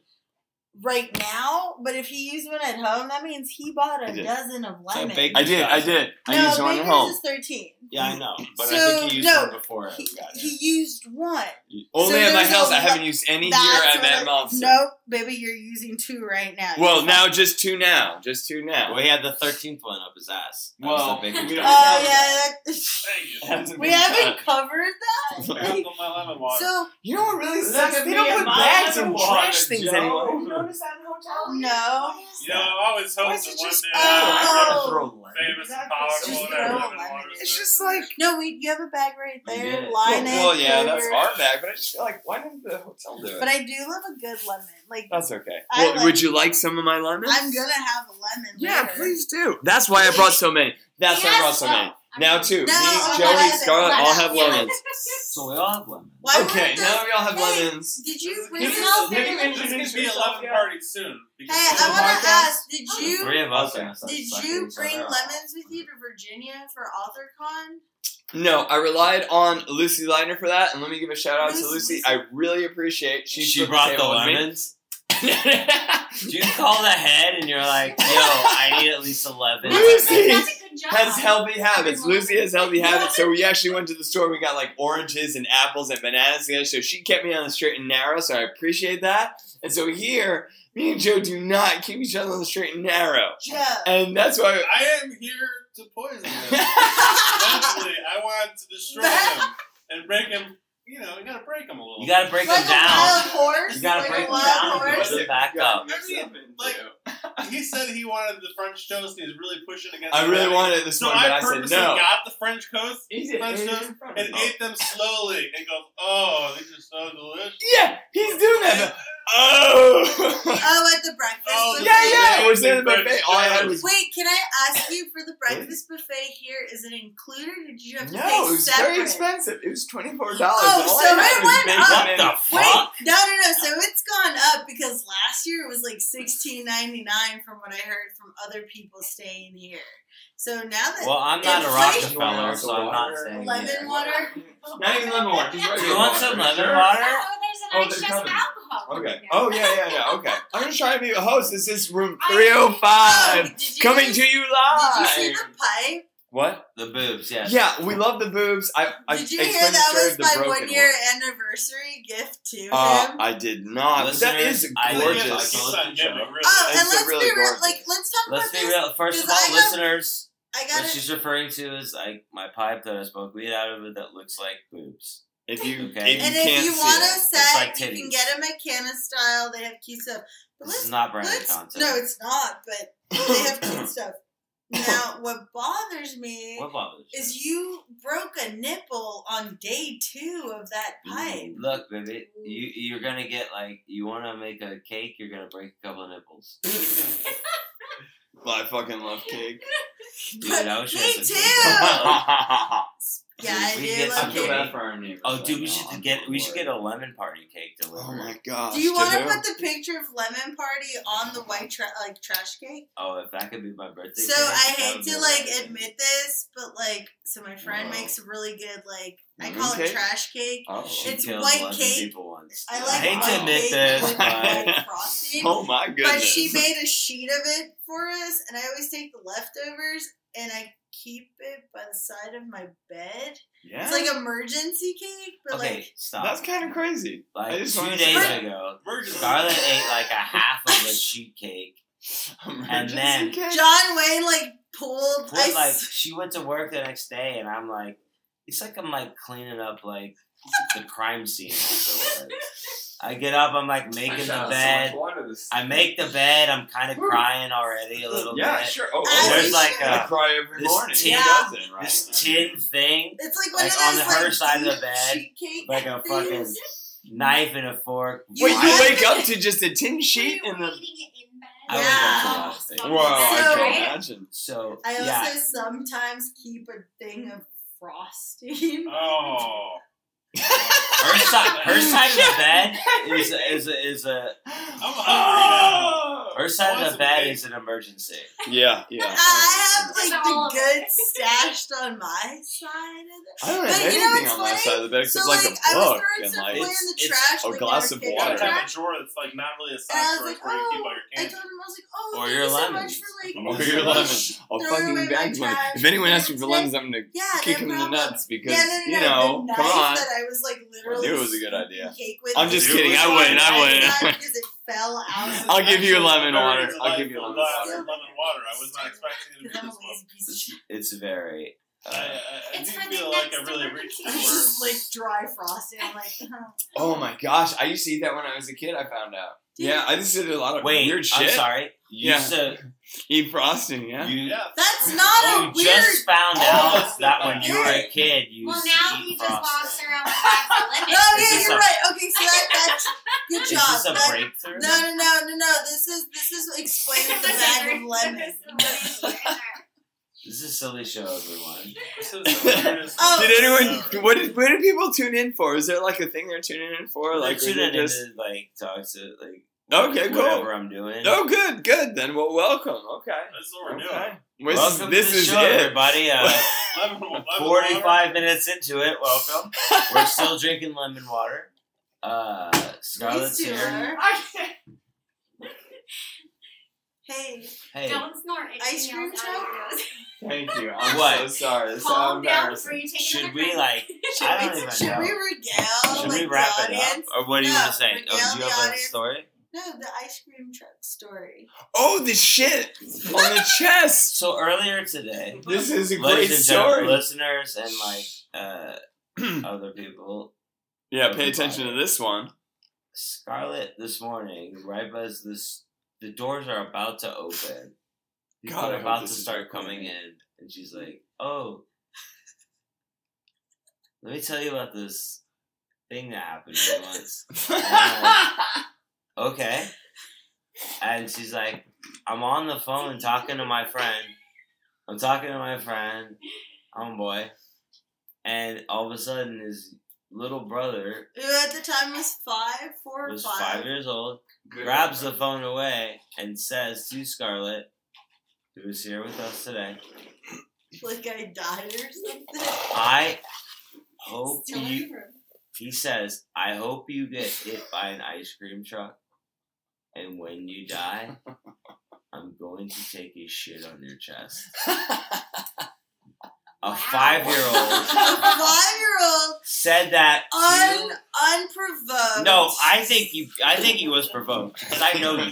right now. But if he used one at home, that means he bought a
I did.
dozen of
So
lemons.
big-
I did. I did. I
no,
used one at
Baker's
home.
is thirteen.
Yeah, I know, but I
So,
think he used
no,
one before
He,
I got
he used one.
Only
So
at my
there's
house.
a
I haven't
lot-
used any
That's
here at
what
Van
I-
Monster.
Nope, baby, you're using two right now.
Well, now just two now. Just two
Well,
now.
he had the thirteenth one up his ass. That
Well,
was the biggest
we don't-
one.
Oh
(laughs)
yeah, that, (laughs)
Thank you.
we haven't covered that. (laughs)
Pick up on my lemon water.
So
You know what really
Look
sucks?
at
They
me
don't
and
put
my
bags
lemon
and
water,
trash things
Joe.
anymore.
You notice
that in hotels?
no.
you know, I always
Why
hoped
is
that
it
one day
just
I
Oh.
would
oh,
be famous and
Exactly.
powerful
Just
and
throw
have
a
lemon
lemon
water.
in.
It's just like
No, we you have a bag right there.
did it.
Line it.
well, yeah,
for
that's
your-
our bag, but I just feel like why didn't the hotel do it?
But I do love a good lemon. Like
that's okay.
I like-
would you like some of my lemons?
I'm gonna have a lemon.
Yeah,
later.
please do. That's why I brought so many. That's why I brought so many. Now two.
No,
Me,
I'm
Joey,
not-
Scarlett,
I'm
all
not.
have
Yeah.
lemons.
So we all have lemon.
Why would
okay,
the-
now we all have
Hey,
lemons.
Did you
This
bring
is-
out?
this
Hey,
is gonna be a lemon party soon. because
I
the
want
podcast-
to ask. Did
So the
you
three of us. are gonna start
did
sucking
you
each
bring
other off.
lemons with you to Virginia for AuthorCon?
No, I relied on Lucy Leitner for that, and let me give a shout out to
Lucy-
Lucy. I really appreciate she,
She
took
brought the
table with me.
lemons.
(laughs)
Do you call the head and you're like, yo, I need at least eleven.
Lucy!
That's a good job.
(laughs) has healthy habits.
Everyone-
Lucy has healthy habits. So we actually went to the store. We got like oranges and apples and bananas together. So she kept me on the straight and narrow. So I appreciate that. And so here, me and Joe do not keep each other on the straight and narrow.
Joe.
And that's why.
I am here to poison them.
(laughs)
Eventually, I want to destroy them and break them. You know, you gotta break them a little.
You gotta break
like
them
a
down.
wild horse.
You gotta
like
break
a
them
wild
down and
(laughs)
horse.
put them back up.
I mean, like he said he wanted the French toast, and he's really pushing against.
I
the
really
bag.
wanted it this
So
morning,
I
but I said
purposely
no.
got the French toast French
Eat it.
toast and
Oh.
ate them slowly, and go, "Oh, these are so delicious."
Yeah, he's doing
(laughs)
that. but- (laughs) Oh.
Oh, at the breakfast.
Oh,
buffet.
yeah, yeah. We're
Amazing
sitting at the
French
buffet. All I had was
Wait, can I ask you for the breakfast buffet here? Is it included, or did you have to pay
no. It was
separate?
very expensive. It was twenty four dollars.
Oh,
all
so
I had
it
was
went
bacon
up.
and-
What the
Wait,
fuck?
no, no, no. So it's gone up because last year it was like sixteen ninety nine, from what I heard from other people staying here. So now that
Well, I'm not a
Inflation.
Rockefeller, so I'm not saying.
lemon
it.
water,
Not even lemon
(laughs)
water. Just
Do
regular
you want
water.
some
Sure.
lemon water?
Oh,
Oh,
there's an
they're
excess
coming.
alcohol.
Okay.
Yeah.
Oh yeah, yeah, yeah. Okay. I'm just trying to be a host. This is room
I-
three hundred
Oh,
five
did you
uh, coming
guys-
to you
Did you
live.
see the pipe?
what?
The boobs, yes.
Yeah, we love the boobs. I, I
Did you hear
explained the
that
story
was
of the
my
broken
one year
one.
anniversary gift to
Uh,
him?
I did not. But that
Listeners,
is
I-
gorgeous.
Yeah,
Gorgeous.
keeps on getting really-
oh,
it's
and
a
let's
really
be real.
gorgeous-
Like, let's talk
Let's
about
be
this.
real. First of
Because I
all,
got-
listeners,
I got
what
it.
she's referring to is like my pipe that I smoke weed out of it that looks like boobs.
if
(laughs)
you,
Okay.
if you can't
And if you
see
want
it.
a set,
like
you can
titties.
get them at Canna Style. They have cute stuff. But
This
let's
is not branded
Let's-
content.
No, it's not, but they
(coughs)
have cute stuff. Now, what bothers me
What bothers you?
is you broke a nipple on day two of that pipe.
Look, baby, you you're gonna get like you want to make a cake. You're gonna break a couple of
(laughs)
nipples.
Well, I fucking love cake.
(laughs)
Dude, I wish we had
Me
some
too!
cake.
Yeah,
(laughs)
I
We
do
get
I
love
feel
Okay.
bad
cake.
for our neighbors.
Oh,
right
dude, we
now.
should
I'm
get we
bored.
should get a lemon party cake delivered.
Oh my gosh.
Do you want to
who?
put the picture of Lemon Party on the white tra- like trash cake?
Oh, if that could be my birthday.
So
cake,
I
that
hate
would be
to like
amazing.
admit this, but like, so my friend
Whoa.
makes a really good like I
Lemon
call it
cake?
trash cake.
Oh.
She
it's
killed
white
11
cake.
People once.
I
I
like
hate
white
to admit
cake
this,
(laughs) with
but (laughs)
like frosting.
Oh my goodness.
But she made a sheet of it for us, and I always take the leftovers and I keep it by the side of my bed.
Yeah.
It's like emergency cake, but
okay,
like
stop.
That's kind of crazy. I
like
just
two
wanted to
days
say-
(laughs)
ago,
Emergency.
Scarlett ate like a half
(laughs)
of a sheet cake.
Oh
And
Emergency
then-
cake.
John Wayne like pulled. I
But,
s-
like she went to work the next day, and I'm like, it's like I'm like cleaning up like the crime scene afterwards. I get up, I'm like making the bed. I make the bed. I'm kind of crying already a little
yeah,
bit.
sure. Oh,
As
there's
you
like
should.
I
uh,
cry every
this
morning.
tin-
He does it, right?
This
I mean,
tin thing,
it's like one
like,
of
on
those
the
like
her side of the
deep
bed,
sheet cake
like a fucking
things.
knife and a fork.
You
Wait, you
have
wake
to-
up to just a tin sheet
Were you
and the.
eating it in bed?
I
wake up to
Yeah. that thing.
Something
Whoa, I
like
So-
that,
can
right?
imagine.
So
I also
yeah,
sometimes keep a thing of frosting.
Oh,
her side, her side of the bed is a, is a, is a
I'm hungry
Ah.
her side of
Awesome
the bed
cake.
is an emergency.
Yeah,
Oh,
yeah.
I have
It's
like
all
the
of
good
it. (laughs)
stashed on my side of it.
I don't have
But you
anything
know what's
on my
funny?
side of the bed except
So
like, a
like, I was
book
throwing
and
stuff
like.
away in the
it's
trash.
a
when they
glass
were
of
kids.
now. You gotta
water.
have a drawer that's like not really a
And I
sock
was
drawer
like,
it's where you keep all
oh, I
your
told
candy.
him I was like,
Or
oh,
Or (laughs)
your lemons.
thank you so much for like.
your lemons. I'll
Throw
fucking
away my
bang one.
trash.
If anyone asks me for lemons, I'm gonna
Yeah,
kick
no
him in the
problem.
nuts because
yeah, no, no, no.
you know,
the knife
come on.
that I was like literally.
I knew it was a good idea.
Cake with
I'm just
was
kidding, I
on
wouldn't, I
my
wouldn't.
side Because it fell out.
I'll give you a lemon
Very
water. I'll give you a
delightful
lemon
water.
glass of Lemon water. I was not expecting it to
Because
be
I'm a
this well.
lazy piece of shit.
It's very.
I,
Uh,
I, I
It's
do
for the
feel like I
next
really
emergency.
(laughs)
reached
I'm just like dry frosting. I'm like, huh.
Oh my gosh, I used to eat that when I was a kid. I found out. Yeah, I just did a lot of
wait,
weird shit.
I'm sorry. You
Yeah.
used to,
Eat frosting, yeah.
you,
Yeah,
that's not
you
a weird.
just found out that when you were
Hey.
a kid, you
Well,
used
now
to
you
eat
just lost
frosting.
her own
(laughs)
class of living.
Oh
Is
yeah,
this
you're
a-
right. Okay, so that that's good
Is
job.
this a
That-
breakthrough?
no, no, no, no, no. This is this is explains the
(laughs)
bag of lemons.
This is a silly show, everyone.
this is the weirdest.
(laughs) Oh.
Did (laughs) anyone? What did? What did people tune in for? Is there like a thing they're tuning in for? Like,
tune
were
in
they just,
to like talk to like
Okay, cool.
whatever I'm doing.
oh, good, good. Then well, welcome. Okay.
That's what we're doing.
Okay. This, is-
Welcome
this
to the
is
show,
it.
everybody. Uh,
Lemon, lemon water.
45 minutes into it.
(laughs)
Welcome. We're still drinking lemon water. Uh, Scarlett's (laughs)
These two
here.
are. Hey,
Hey,
Don't snort anything
Ice cream
else
truck?
out of your
Thank you. I'm
What?
so sorry. It's
nose.
so
Calm down
embarrassing.
before you take
should
another
we
breath.
(laughs)
like? I don't even
should
know.
we
Oh
regale
should
like,
we wrap
the
it
audience?
up, or what do you
No,
want to say? Oh,
regale
do you
the
have a
audience.
(laughs)
story?
No, the ice cream truck story.
Oh, the shit on the chest.
So earlier today,
This is a great
ladies and gentlemen,
story.
listeners and
(clears throat)
like uh, other people,
Yeah, pay attention to this one.
Scarlett this morning, right as this the doors are about to open, people
God, I
are
hope
about to
this is
start
recorded. (laughs)
coming in, and she's like, "Oh, (laughs) let me tell you about this thing that happened to me once." And I'm like, okay, and she's like, "I'm on the phone talking to my friend. I'm talking to my friend, homeboy, and all of a sudden his little brother."
Who at the time was five, four or
was
five.
five years old, grabs the phone away and says to Scarlett, who is here with us today,
(laughs) Like I died or something.
I hope
Still in
Oh, you,
the room.
he says, I hope you get hit by an ice cream truck. And when you die, I'm going to take a shit on your chest. A
Wow.
five year old
five year
(laughs)
old,
said that. to-
un unprovoked.
no, I think you. I think he was provoked because I know you,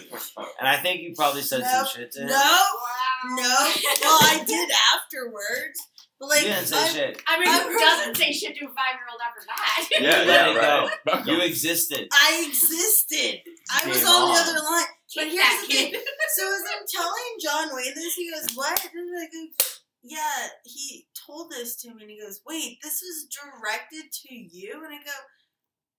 and I think you probably said some
Nope.
shit to him.
no,
Wow.
no. Well, I did afterwards, but like
you didn't say
un-
shit.
I mean,
I'm-
who doesn't say shit to a five year old after that? (laughs)
Yeah,
Let
yeah,
it
right.
You existed.
I existed. I was
Game
on the
on.
other line. But
Kick
here's
that
the
kid.
thing. So as I'm telling John Wayne this, he goes, "What?" And I go, "Yeah." He told this to me, and he goes, "Wait, this was directed to you?" And I go,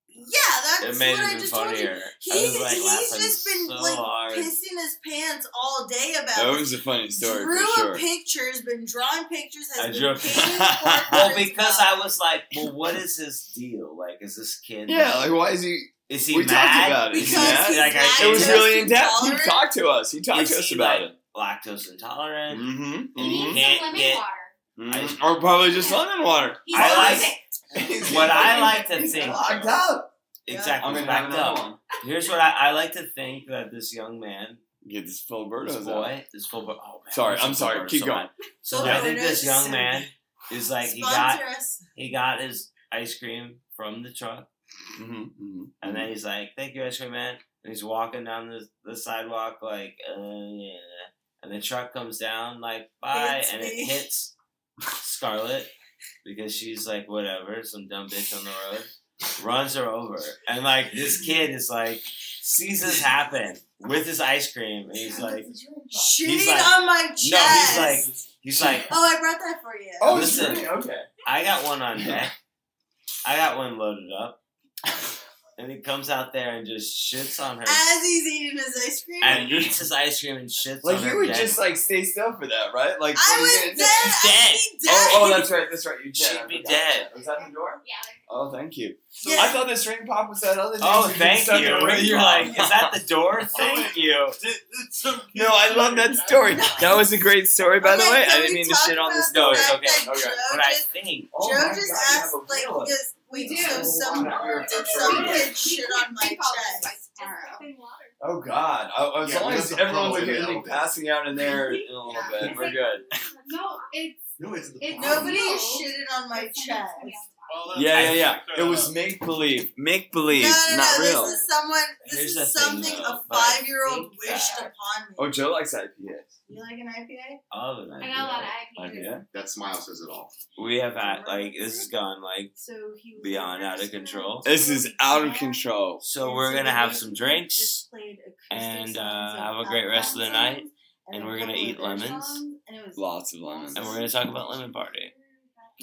"Yeah,
It
that's
made
what
it
I
even
just told you."
funnier. I
He,
was like
he's
laughing
just been
so
like
hard.
pissing his pants all day about.
That
it.
was a funny story
drew
for sure.
a picture, has been drawing pictures, has
I
been
drew a- (laughs)
painting
Well,
portraits
because
about-
I was like, well, what is his deal? Like, is this kid?
Yeah, like why is he?
is he
we
mad?
talked about it.
Is he
Because
mad?
he's
Like, I
lactose
It was really in depth. He
intolerant.
talked to us. He talked
Is
to us
he,
about
like,
it.
lactose intolerant.
Mm-hmm.
He needs
mm-hmm.
Can't
some lemon
get-
water.
Mm-hmm.
Mhm. Or probably just lemon water.
He's
I
on
like-
it.
(laughs)
What I like to
He's
think-
locked up.
Exactly.
I'm gonna have
backed
another
up.
one.
Here's what I, I like to think that this young man,
Get this
this
Filberto's out.
boy, this full. Oh man.
Sorry,
this
I'm sorry.
Fulberto's
Keep
so
going.
bad. So
Fulberto's
I think this
so
young man is like he got
Sponsor us.
he got his ice cream from the truck.
Mm-hmm. Mm-hmm.
And then he's like, "Thank you, ice cream man." And he's walking down the, the sidewalk like, uh, yeah. and the truck comes down like, "Bye,"
Hits
and
me.
it hits (laughs) Scarlet because she's like, "Whatever," some dumb bitch on the road runs her over, and like this kid is like sees this happen with his ice cream, and he's like,
Shitting
like-
on my chest.
"No," he's like, he's like,
oh, I brought that for you.
Oh,
Listen.
it's really- okay.
I got one on deck. I got one loaded up. And he comes out there and just shits on her.
As he's eating his ice cream,
and eats his ice cream and shits
Like
on
you
her
would
deck.
just like stay still for that, right? Like
I
what are you gonna
was dead.
do?
I- he died.
Oh, oh, that's right, that's right. You're dead.
She'd
I
be
forgot.
dead.
Was that the door?
Yeah, they're-
Oh, thank you.
Yeah.
I thought this ring pop was that other.
Oh,
dude who
thank
stuck in a
you.
ring
You're
pop.
like, is that the door?
Oh,
Thank you.
(laughs) No, I love
(laughs)
that story. That was a great story,
Oh
by the
Okay,
way.
can
I didn't
we
mean to
talk
shit on
about
this.
the
No, it's
fact
okay.
that
Okay.
Joe
But I
just,
think
Oh
Joe
my God,
just
you have
asked,
a
like,
real-
he goes, wait,
We
so
do.
some, did some kid shit on my
Take all this
chest?
by tomorrow.
Sparkling
(laughs)
water.
Oh God! I, I- as
Yeah,
long
we
as
have to
everyone's okay
follow it
with
a
me
little bit.
passing out in
(laughs)
there in a little
Yeah.
bit, we're good.
No, it's
No, it's the
oh,
It-
problem.
Nobody
No.
shitted on my chest.
Yeah, yeah, yeah. It was make believe, make believe,
No, no,
not
no.
real.
This is someone. This
Here's the
is
thing,
something
though,
a
but I
five-year-old
think
wished
that-
upon me.
Oh, Joe likes IPAs.
You like an IPA?
of an
I got a lot
idea.
of IPAs.
IPA.
That smile says it all.
We have had like this has gone like
So he was
beyond
like,
out of control.
This is out of control.
So we're gonna have some drinks and uh, have a great rest of the night, and we're gonna eat lemons,
And it was
Lots of lemons.
and we're gonna talk about lemon party.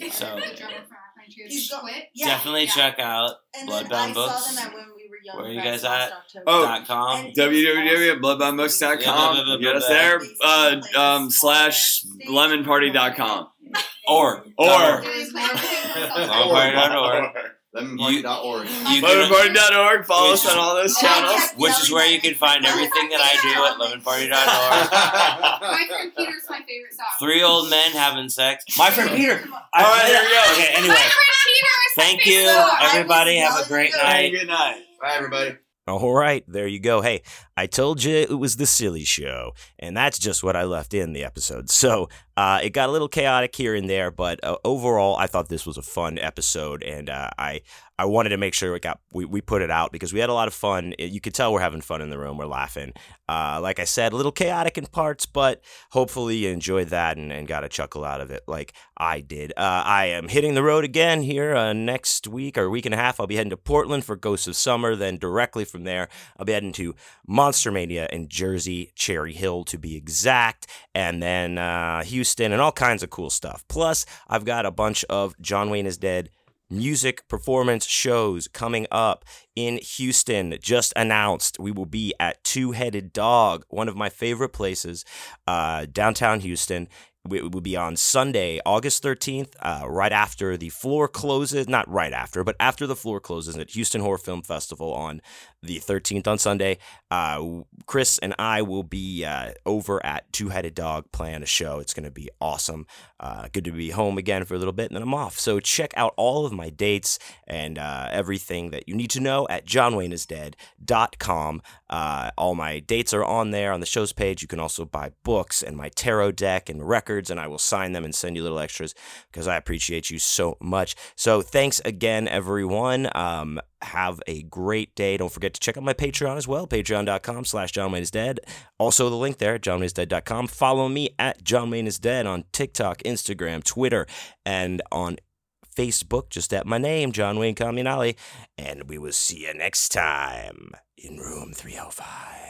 (laughs)
So-
the drummer from Rock Nine Tears
He's gone.
(laughs)
quit.
yeah.
Definitely
yeah.
check out
and then
Bloodbound
I
Books.
saw them at when we were young.
Where are you
Friends
guys at?
last October.
Oh,
dot com.
And-
www.bloodboundbooks.com. Get us there. Uh, um, slash lemonparty.com.
Or
Or
There's more people.
lemonparty.org,
(laughs)
Lemonparty.org.
you can-
lemonparty.org. Follow us on all those channels.
which is where you can find everything that I do at lemonparty.org.
(laughs)
My friend Peter's my favorite song.
(laughs) Three old men having sex.
My friend Peter. (laughs)
I-
All right, there we go.
Okay,
(laughs)
My (laughs)
anyway.
friend Peter is my
Thank
favorite
you,
song.
everybody. Have a great night.
Good night.
Bye, everybody.
All right, there you go. Hey, I told you it was the silly show, and that's just what I left in the episode. (laughs) So uh, it got a little chaotic here and there, but uh, overall, I thought this was a fun episode, and uh, I I wanted to make sure it got we, we put it out because we had a lot of fun. It- you could tell we're having fun in the room, we're laughing. Uh, like I said, a little chaotic in parts, but hopefully you enjoyed that and, and got a chuckle out of it, like I did. Uh, I am hitting the road again here uh, next week or week and a half. I'll be heading to Portland for Ghosts of Summer, then directly from there, I'll be heading to Monster Mania in Jersey, Cherry Hill to be exact, and then uh, Houston and all kinds of cool stuff. Plus, I've got a bunch of John Wayne is Dead music performance shows coming up in Houston. Just announced we will be at Two Headed Dog, one of my favorite places, uh, downtown Houston. We- It will be on Sunday, August 13th, uh, right after the floor closes. Not right after, but after the floor closes at Houston Horror Film Festival on the 13th on Sunday. Uh, Chris and I will be uh, over at Two Headed Dog playing a show. It's going to be awesome. Uh, good to be home again for a little bit, and then I'm off. So check out all of my dates and uh, everything that you need to know at johnwayneisdead.com. Uh, all my dates are on there on the show's page. You can also buy books and my tarot deck and records, and I will sign them and send you little extras because I appreciate you so much. So thanks again, everyone. Um, have a great day. Don't forget to check out my Patreon as well, patreon.com slash John Wayne is dead. Also the link there, johnwayneisdead.com. Follow me at John Wayne is dead on TikTok, Instagram, Twitter, and on Facebook, just at my name, John Wayne Communale. And we will see you next time in room 305.